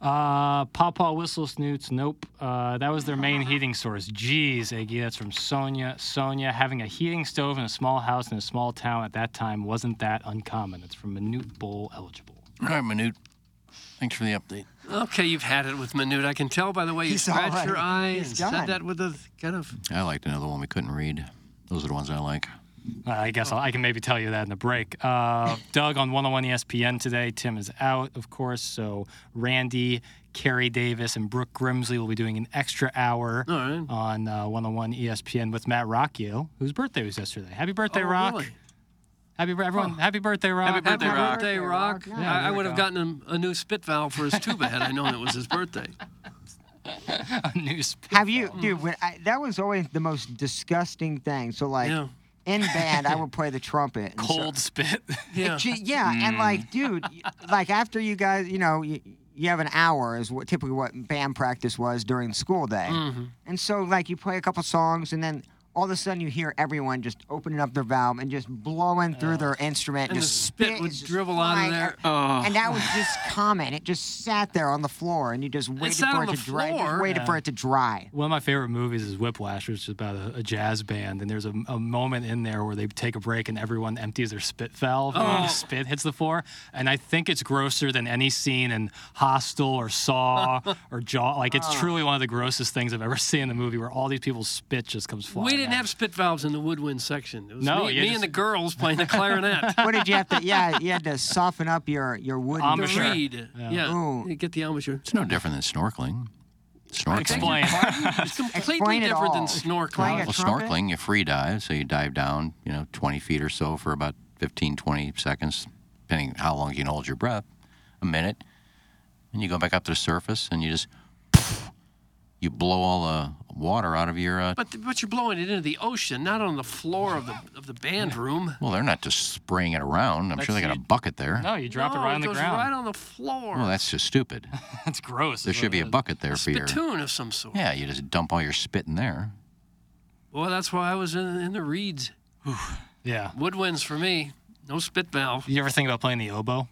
Uh, Pawpaw Whistle Snoots, nope. Uh, that was their main heating source. Jeez, Iggy, that's from Sonia. Sonia, having a heating stove in a small house in a small town at that time wasn't that uncommon. It's from Minute Bowl eligible.
All right, Minute. Thanks for the update.
Okay, you've had it with Minute. I can tell by the way you
He's all
scratched
right.
your eye
He's
and
done.
said that with a kind of.
I liked another one we couldn't read. Those are the ones I like.
Uh, I guess
Oh.
I'll, I can maybe tell you that in the break.
<laughs>
Uh, Doug on 101 ESPN today. Tim is out, of course. So Randy, Carrie Davis, and Brooke Grimsley will be doing an extra hour on uh, 101 ESPN with Matt Rocchio, whose birthday was yesterday. Happy birthday,
Oh,
Rock!
really?
Happy bir- everyone! Happy birthday, Rock!
Happy birthday, Rock.
Yeah,
I- I,
there we <laughs>
would have
go.
gotten him a new spit valve for his tuba had I known it was his birthday.
a
<laughs>
new spit
Have you, dude? When I, that was always the most disgusting thing. So like, in band, I would play the trumpet. and so-
Cold spit. <laughs>
Yeah, yeah and like,
Hmm.
dude, y- like after you guys, you know, you, you have an hour is what typically what band practice was during school day,
Mhm.
and so like you play a couple songs, and then all of a sudden you hear everyone just opening up their valve and just blowing through their instrument,
And the
just
spit would dribble out
flying
of there.
and that was
<sighs>
just common. It just sat there on the floor, and you just waited
sat
for
on
it
the
to dry. Just
floor?
waited
Yeah.
for it to dry.
One of my favorite movies is Whiplash, which is about a, a jazz band. And there's a, a moment in there where they take a break and everyone empties their spit valve and
Oh.
the spit hits the floor. And I think it's grosser than any scene in Hostel
<laughs>
or Saw or Jaw. Like, it's
Oh.
truly one of the grossest things I've ever seen in a movie where all these people's spit just comes
We
flying.
didn't have spit valves in the woodwind section. It was
No,
me,
you
me
just-
and the girls playing the <laughs> clarinet.
What did you have to? Yeah, you had to soften up your your wood.
The
<laughs>
reed. Yeah, You get the embouchure.
It's no different than snorkeling. Snorkeling.
Explain. <laughs> It's completely
Explain it
different than
all.
snorkeling.
well, snorkeling, you free dive, so you dive down, you know, 20 feet or so for about 15, 20 seconds, depending how long you can hold your breath, a minute. And you go back up to the surface and you just, you blow all the water out of your, uh,
But, but you're blowing it into the ocean, not on the floor of the of the band room.
well, they're not just spraying it around. I'm sure they
That's-
got a bucket there.
No, you drop
no,
it right on the
goes
ground. <laughs>
right on the floor.
Well, that's just stupid.
that's gross.
There
is
should
what
be
it
a
is.
bucket there for your.
Spittoon of some sort.
Yeah, you just dump all your spit in there.
Well, that's why I was in, in the reeds.
Yeah.
Woodwinds for me. No spit valve.
You ever think about playing the oboe?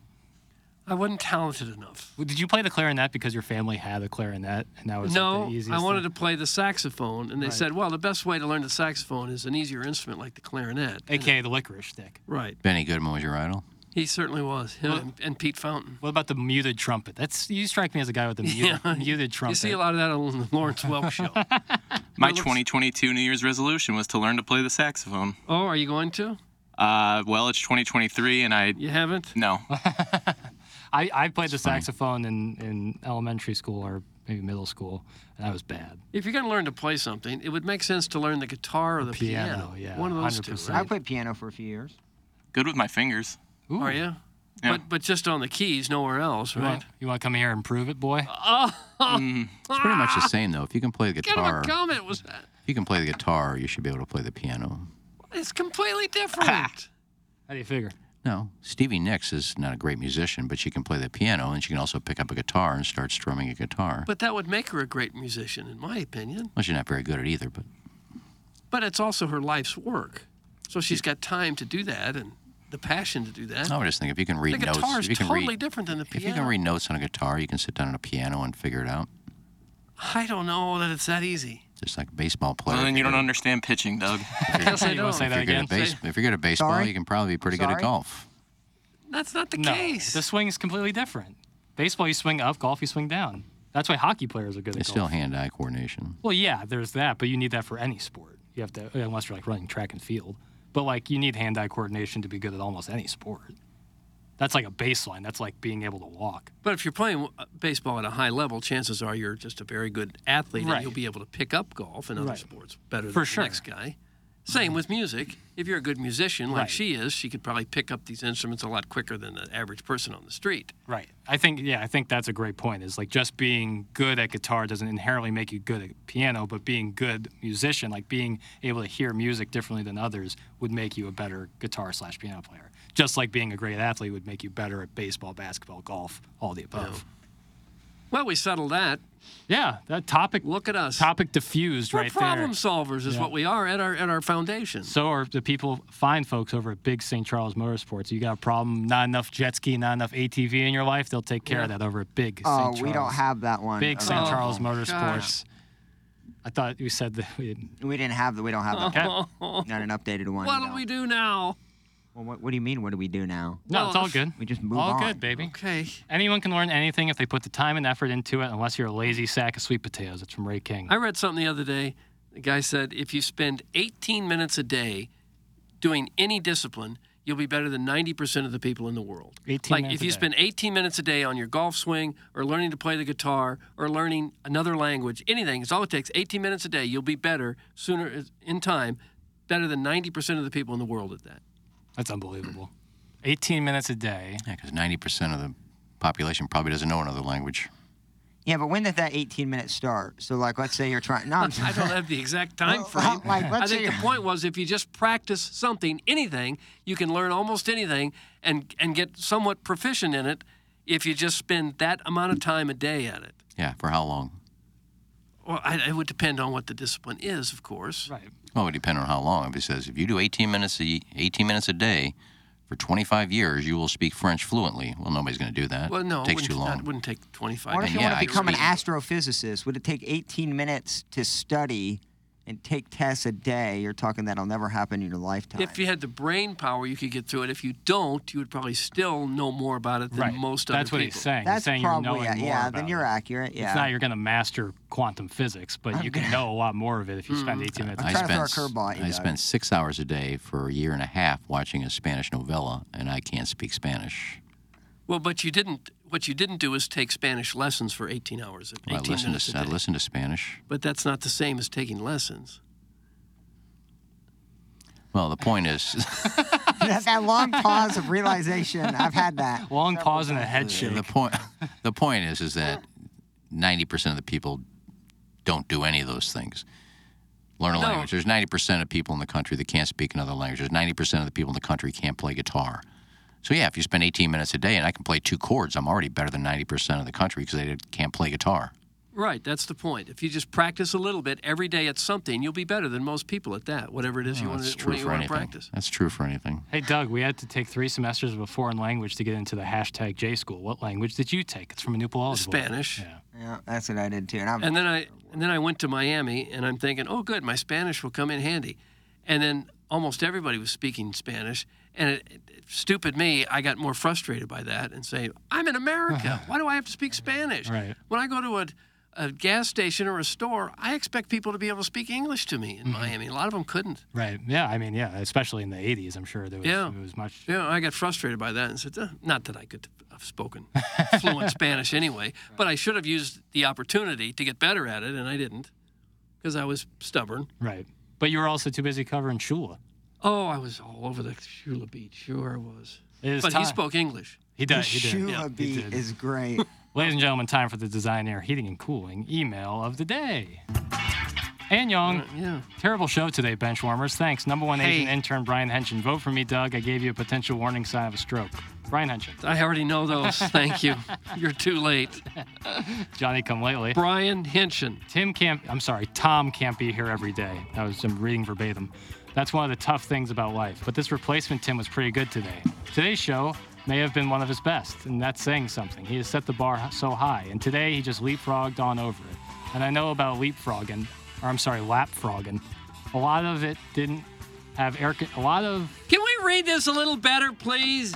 I wasn't talented enough.
Did you play the clarinet because your family had a clarinet and that was
no,
like the easiest?
I wanted
thing?
to play the saxophone, and they
Right.
said, well, the best way to learn the saxophone is an easier instrument like the clarinet.
AKA the licorice stick.
Right.
Benny Goodman was your idol.
He certainly was. Him and, and Pete Fountain.
What about the muted trumpet? That's you strike me as a guy with
<laughs>
the muted, muted trumpet.
You see a lot of that on the Lawrence Welk
<laughs>
show.
My 2022 New Year's resolution was to learn to play the saxophone.
Oh, are you going to?
Uh, well, it's 2023, and I.
You haven't?
No.
I, I played the saxophone in, in elementary school or maybe middle school, and that was bad.
<laughs> If you're going to learn to play something, it would make sense to learn the guitar or the piano.
Piano, yeah,
One of those two.
I
Right?
played piano for a few years.
Good with my fingers.
Are you?
Yeah.
But but just on the keys, nowhere else,
You
right?
want, you want to come here and prove it, boy?
Oh,
Mm, It's pretty much the same though. If you can play the
kind of a
guitar,
comment was that.
if you can play the guitar, you should be able to play the piano.
It's completely different.
<laughs>
How
do you figure?
No, Stevie Nicks is not a great musician, but she can play the piano and she can also pick up a guitar and start strumming a guitar.
But that would make her a great musician, in my opinion.
Well, she's not very good at either, but
But it's also her life's work, so she's got time to do that and the passion to do that.
I would just think if you can read
the
notes,
guitar
if
is
you can
totally
read,
different than the
if
piano.
you can read notes on a guitar, you can sit down at a piano and figure it out,
I don't know that it's that easy.
just like a baseball player.
Well, then Uh,
<laughs>
you don't understand pitching, Doug.
Yes, I don't.
if, you're good at base, if you're good at baseball,
Sorry?
you can probably be pretty good at
Sorry?
golf.
That's not the
no,
case.
the swing's completely different. Baseball, you swing up. Golf, you swing down. That's why hockey players are good
It's
at
still
golf.
hand-eye coordination.
Well, yeah, there's that, but you need that for any sport. You have to, unless you're like running track and field. But like, you need hand-eye coordination to be good at almost any sport. That's like a baseline. That's like being able to walk.
But if you're playing uh, baseball at a high level, chances are you're just a very good athlete,
Right.
and you'll be able to pick up golf and other
Right.
sports better
For
than
sure.
the next guy. Same with music. If you're a good musician like
Right.
she is, she could probably pick up these instruments a lot quicker than the average person on the street.
Right. I think yeah, I think that's a great point. Is like just being good at guitar doesn't inherently make you good at piano, but being good musician, like being able to hear music differently than others, would make you a better guitar slash piano player. Just like being a great athlete would make you better at baseball, basketball, golf, all the above.
Well, we settled that.
Yeah, that topic.
Look at us.
Topic diffused
We're
right there.
problem solvers is
Yeah.
what we are at our at our foundation.
So are the people, fine folks over at Big St. Charles Motorsports. You got a problem, not enough jet ski, not enough ATV in your life, they'll take care of
Yeah.
that over at Big St.
Oh,
Charles.
we don't have that one
Big St.
available.
Charles
Oh,
Motorsports.
gosh.
I thought you said that we didn't.
We didn't have the. We don't have
Oh,
that.
Okay.
One. Not an updated one.
What do we do now?
Well, what, what do you mean? What do we do now?
No, it's all good.
We just move
all
on.
good, baby.
Okay.
Anyone can learn anything if they put the time and effort into it, unless you're a lazy sack of sweet potatoes. It's from Ray King.
I read something the other day. The guy said if you spend 18 minutes a day doing any discipline, you'll be better than 90% of the people in the world.
18
Like
minutes
if
a
you
day.
spend 18 minutes a day on your golf swing or learning to play the guitar or learning another language, anything, it's all it takes 18 minutes a day, you'll be better sooner in time, better than 90% of the people in the world at that.
That's unbelievable. 18 minutes a day.
Yeah, because 90% of the population probably doesn't know another language.
Yeah, but when did that 18 minutes start? So, like, let's say you're trying. No, I'm
<laughs> I don't have the exact time frame.
like,
I
let's
think
say-
the point was if you just practice something, anything, you can learn almost anything and and get somewhat proficient in it if you just spend that amount of time a day at it.
Yeah, for how long?
Well, I, it would depend on what the discipline is, of course.
Right.
Well, it would depend on how long. If it says if you do 18 minutes a, 18 minutes a day for 25 years, you will speak French fluently. Well, nobody's going to do that.
Well, no,
it takes
it
too
wouldn't,
long.
It wouldn't take 25
What if
minutes.
you
Yeah,
want
I
to become an
agree.
astrophysicist? Would it take 18 minutes to study and take tests a day? You're talking that'll never happen in your lifetime.
If you had the brain power, you could get through it. If you don't, you would probably still know more about it than
Right.
most other
That's what
people.
he's saying. he's
That's
saying
probably
you're knowing
yeah.
more
yeah
about
then you're accurate. Yeah.
It's
<laughs>
not you're going to master quantum physics, but you can know a lot more of it if you
Hmm.
spend 18 minutes.
I
on it.
spent, I spent six hours a day for a year and a half watching a Spanish novella, and I can't speak Spanish.
Well, but you didn't. What you didn't do is take Spanish lessons for 18 hours.
Well, I
18
listened
minutes a
to I
day.
listened to Spanish.
But that's not the same as taking lessons.
Well, the point is,
<laughs>
that, that
<laughs>
long pause of realization. I've had that.
Long pause and a head shake. <laughs>
the point <laughs> the point is is that 90% of the people don't do any of those things. Learn a
No.
language. There's 90% of people in the country that can't speak another language. There's 90% of the people in the country can't play guitar. So yeah, if you spend 18 minutes a day and I can play two chords, I'm already better than 90% of the country because they did- can't play guitar.
Right, that's the point. If you just practice a little bit every day at something, you'll be better than most people at that, whatever it is you
Well,
want
Oh, that's
to, what
true
you
for
want to
anything.
practice.
That's true for anything.
Hey, Doug, we had to take three semesters of a foreign language to get into the hashtag J school. What language did you take? It's from a new eligible.
Spanish.
Yeah.
Yeah, that's what I did too. And, I'm, <laughs>
And then I and then I went to Miami and I'm thinking, "Oh good, my Spanish will come in handy." And then almost everybody was speaking Spanish, and it, it- stupid me, I got more frustrated by that and saying, "I'm in
<laughs>
America. Why do I have to speak Spanish?"
Right.
When I go to a a gas station or a store, I expect people to be able to speak English to me in
Mm-hmm.
Miami. A lot of them couldn't.
Right. Yeah. I mean, yeah, especially in the 80s, I'm sure there was,
Yeah.
it was much.
Yeah, I got frustrated by that and said, "Uh, not that I could have spoken fluent Spanish anyway, but I should have used the opportunity to get better at it, and I didn't because I was stubborn.
Right. But you were also too busy covering Shula.
Oh, I was all over the Shula beat. Sure, I was.
It is
but
time.
he spoke English.
He did. He did.
Shula
yeah, he
beat
did.
is great.
Ladies and gentlemen, time for the Design Air Heating and Cooling email of the day. And Young, terrible show today, Benchwarmers. Thanks. Number one Asian intern Brian Henshin. Vote for me, Doug. I gave you a potential warning sign of a stroke. Brian Henshin.
I already know those. Thank you. You're too late.
Johnny Come Lately.
Brian Henshin.
Tim can't, I'm sorry, Tom can't be here every day. I was I'm reading verbatim. That's one of the tough things about life. But this replacement Tim was pretty good today. Today's show may have been one of his best, and that's saying something. He has set the bar so high, and today he just leapfrogged on over it. And I know about leapfrogging, or I'm sorry, lapfrogging. A lot of it didn't have air. Con- a lot of
Can we read this a little better, please?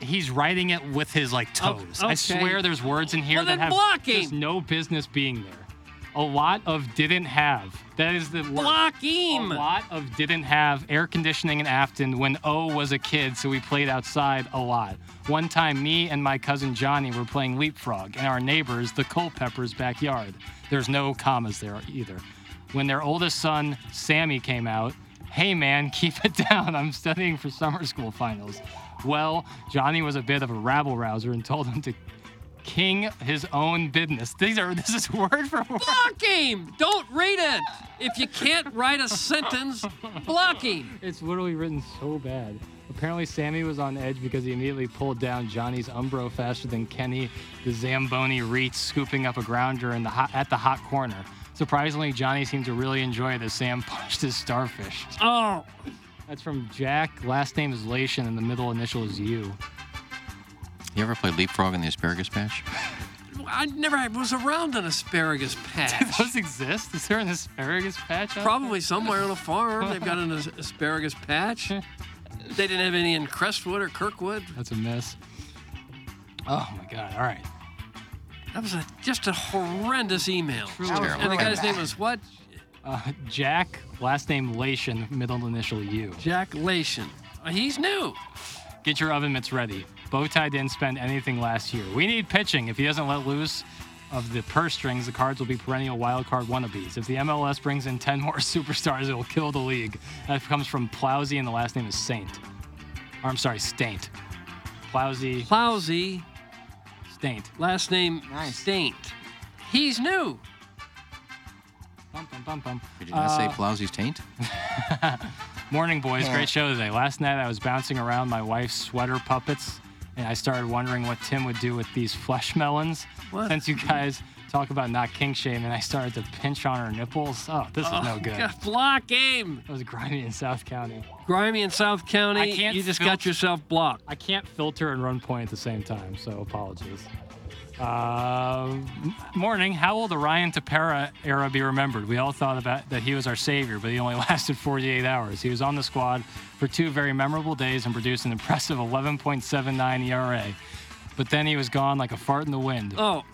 he's writing it with his like toes.
okay.
I swear there's words in here
Well,
that
then
have
block him.
just no business being there. A lot of didn't have. That is the word.
Block him.
A lot of didn't have air conditioning in Afton when O was a kid, so we played outside a lot. One time, me and my cousin Johnny were playing leapfrog in our neighbor's, the Culpeppers' backyard. There's no commas there either. When their oldest son, Sammy, came out, Hey man, <laughs> keep it down. I'm studying for summer school finals. Well, Johnny was a bit of a rabble rouser and told him to king his own business. These are this is <laughs> word for word.
Block him! Don't read it! If you can't write a sentence, block him!
It's literally written so bad. Apparently, Sammy was on edge because he immediately pulled down Johnny's Umbro faster than Kenny the Zamboni reached, scooping up a grounder in the hot, at the hot corner. Surprisingly, Johnny seemed to really enjoy that Sam <laughs> punched his starfish.
Oh!
That's from Jack. Last name is Lation, and the middle initial is U.
You ever play leapfrog in the asparagus patch?
I never I was around an asparagus
<laughs>
patch.
Do those exist? Is there an asparagus patch? out
Probably somewhere on a farm. They've got an as- asparagus patch. They didn't have any in Crestwood or Kirkwood.
That's a mess. Oh my God! All right.
That was a, just a horrendous email.
That was
And the
really
guy's
bad.
name was what?
Uh, <laughs> Jack, last name Lation, middle initial U.
Jack Lation. He's new.
Get your oven mitts ready. Bowtie didn't spend anything last year. We need pitching. If he doesn't let loose of the purse strings, the cards will be perennial wild card wannabes. If the MLS brings in 10 more <laughs> superstars, it will kill the league. That comes from Plowsy, and the last name is Saint. Or I'm sorry, Staint. Plowsy,
Plowsy,
Staint.
last name Staint. He's new.
Bum, bum, bum, bum.
Did you not say
Uh,
Plowsy's taint?
Morning, boys.
Yeah.
Great show today. Last night I was bouncing around my wife's sweater puppets, and I started wondering what Tim would do with these flesh melons.
What?
Since you guys talk about not king shaming, I started to pinch on her nipples. Oh, this is no
Oh,
good.
God, block him.
That was grimy in South County.
Grimy in South County.
I can't
you just
filter-
got yourself blocked.
I can't filter and run point at the same time, so apologies. Um, morning. How will the Ryan Tapera era be remembered? We all thought about that he was our savior, but he only <laughs> lasted 48 hours. He was on the squad for two very memorable days and produced an impressive 11.79 ERA. E But then he was gone like a fart in the wind.
Oh.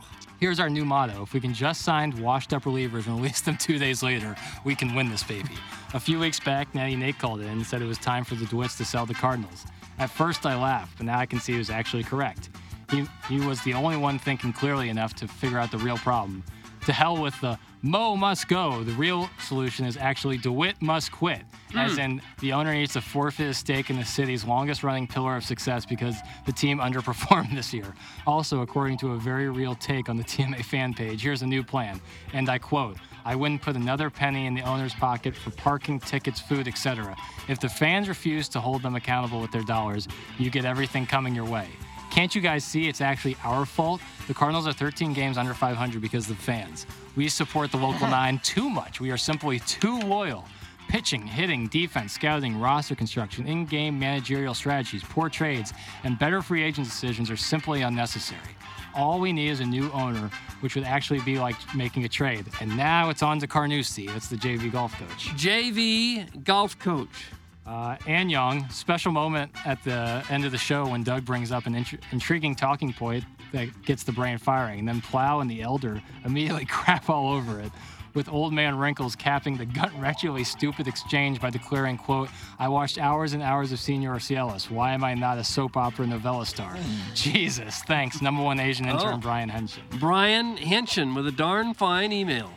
Here's our new motto. If we can just sign washed up relievers and release them two days later, we can win this baby. A few weeks back, Natty Nate called in and said it was time for the DeWitts to sell the Cardinals. At first, I laughed, but now I can see he was actually correct. He, he was the only one thinking clearly enough to figure out the real problem. To hell with the Mo must go. The real solution is actually DeWitt must quit, as
Mm.
in the owner needs to forfeit his stake in the city's longest running pillar of success because the team <laughs> underperformed this year. Also, according to a very real take on the <laughs> TMA fan page, here's a new plan. And I quote, I wouldn't put another penny in the owner's pocket for parking, tickets, food, etc. If the fans refuse to hold them accountable with their dollars, you get everything coming your way. Can't you guys see it's actually our fault? The Cardinals are 13 games under 500 because of the fans. We support the local nine too much. We are simply too loyal. Pitching, hitting, defense, scouting, roster construction, in game managerial strategies, poor trades, and better free agent decisions are simply unnecessary. All we need is a new owner, which would actually be like making a trade. And now it's on to Carnoustie. That's the JV golf coach.
JV golf coach.
Uh, and Young, special moment at the end of the show when Doug brings up an intri- intriguing talking point that gets the brain firing. And then Plow and the Elder immediately <laughs> crap all over it, with Old Man Wrinkles capping the gut wrenchingly stupid exchange by declaring, quote, I watched hours and hours of Senior Orcielis. Why am I not a soap opera novella star? Jesus, thanks. Number one Asian intern,
Oh.
Brian Henson.
Brian Henson with a darn fine email.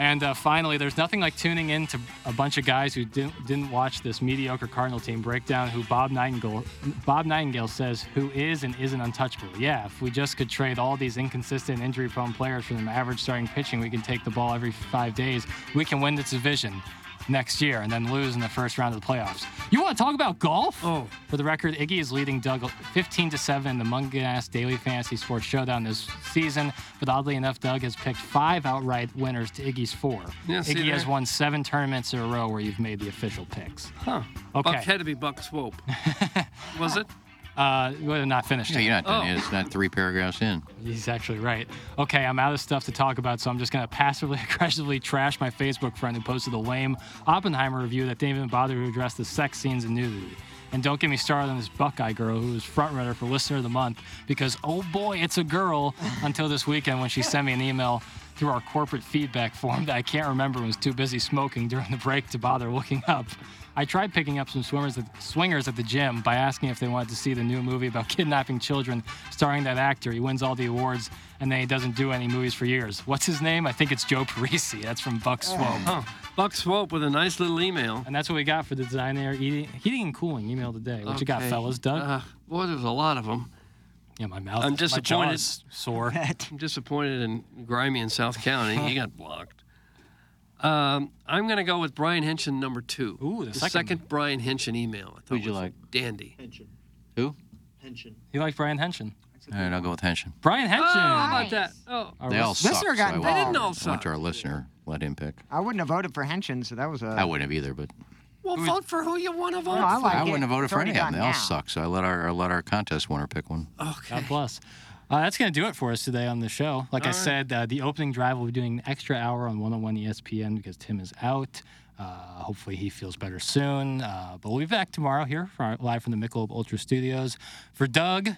And uh, finally, there's nothing like tuning in to a bunch of guys who didn't, didn't watch this mediocre Cardinal team break down who Bob Nightingale, Bob Nightingale says who is and isn't untouchable. Yeah, if we just could trade all these inconsistent, injury-prone players for them average starting pitching, we can take the ball every five days. We can win this division next year and then lose in the first round of the playoffs. You want to talk about golf? Oh. For the record, Iggy is leading Doug 15 to 7 in the Mungas Daily Fantasy Sports Showdown this season, but oddly enough, Doug has picked five outright winners to Iggy's four.
Yeah, see
Iggy has
there?
won seven tournaments in a row where you've made the official picks.
Huh.
Okay.
Buck had to be Buck
<laughs>
Swope. Was it?
Uh, we're not finished.
Yeah, you're not done.
Oh.
yet. It's not three paragraphs in.
He's actually right. Okay, I'm out of stuff to talk about, so I'm just going to passively <laughs> aggressively trash my Facebook friend who posted a lame Oppenheimer review that didn't even bother to address the sex scenes and nudity. And don't get me started on this Buckeye girl who was frontrunner for Listener of the Month because, oh boy, it's a girl until this weekend when she sent me an email through our corporate feedback form that I can't remember and was too busy smoking during the break to bother looking up. I tried picking up some swimmers at, swingers at the gym by asking if they wanted to see the new movie about <laughs> kidnapping children starring that actor. He wins all the awards and then he doesn't do any movies for years. What's his name? I think it's Joe Parisi. That's from Buck Swope.
Oh, Buck Swope with a nice little email.
And that's what we got for the design there. Eating, heating and cooling email today. What you got,
Okay.
fellas? Doug?
Uh, boy, there's a lot of them.
Yeah, my mouth.
I'm
my jaw's
disappointed. <laughs>
sore.
I'm disappointed in Grimy in South County. He
<laughs>
got blocked. Um, I'm going to go with Brian Henson number two.
Ooh,
the,
second-
Brian Henson email. I thought
Who'd you
was
like?
Dandy.
Henson.
Who?
Henson.
You like Brian Henson?
All right, I'll go with Henson.
Brian Henson.
Oh, how about that? Oh,
They all
Listener
suck. so
got
I went-
involved. They didn't all
I
suck.
went to our listener, let him pick.
I wouldn't have voted for Henson, so that was a.
I wouldn't have either, but
Well, vote for who you want to
Oh,
vote
I
for.
like
I
it.
wouldn't have voted
It's
for
already
any of them.
gone
They all
now.
suck. So I let our I let our contest winner pick one.
God bless. Uh, that's going to do it for us today on the show. Like I
All right.
said, uh, the opening drive will be doing an extra hour on 101 ESPN because Tim is out. Uh, hopefully, he feels better soon. Uh, but we'll be back tomorrow here for our, live from the Michelob Ultra Studios. For Doug,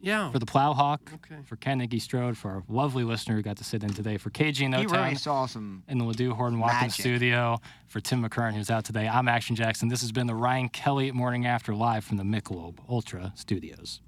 yeah,
for the Plowhawk, for Ken Iggy Strode, for our lovely listener who got to sit in today, for KG and
You
O-Town,
really saw some.
in the Ladue Horton Watkins
Magic.
studio for Tim McCurran, who's out today. I'm Action Jackson. This has been the Ryan Kelly Morning After Live from the Michelob Ultra Studios.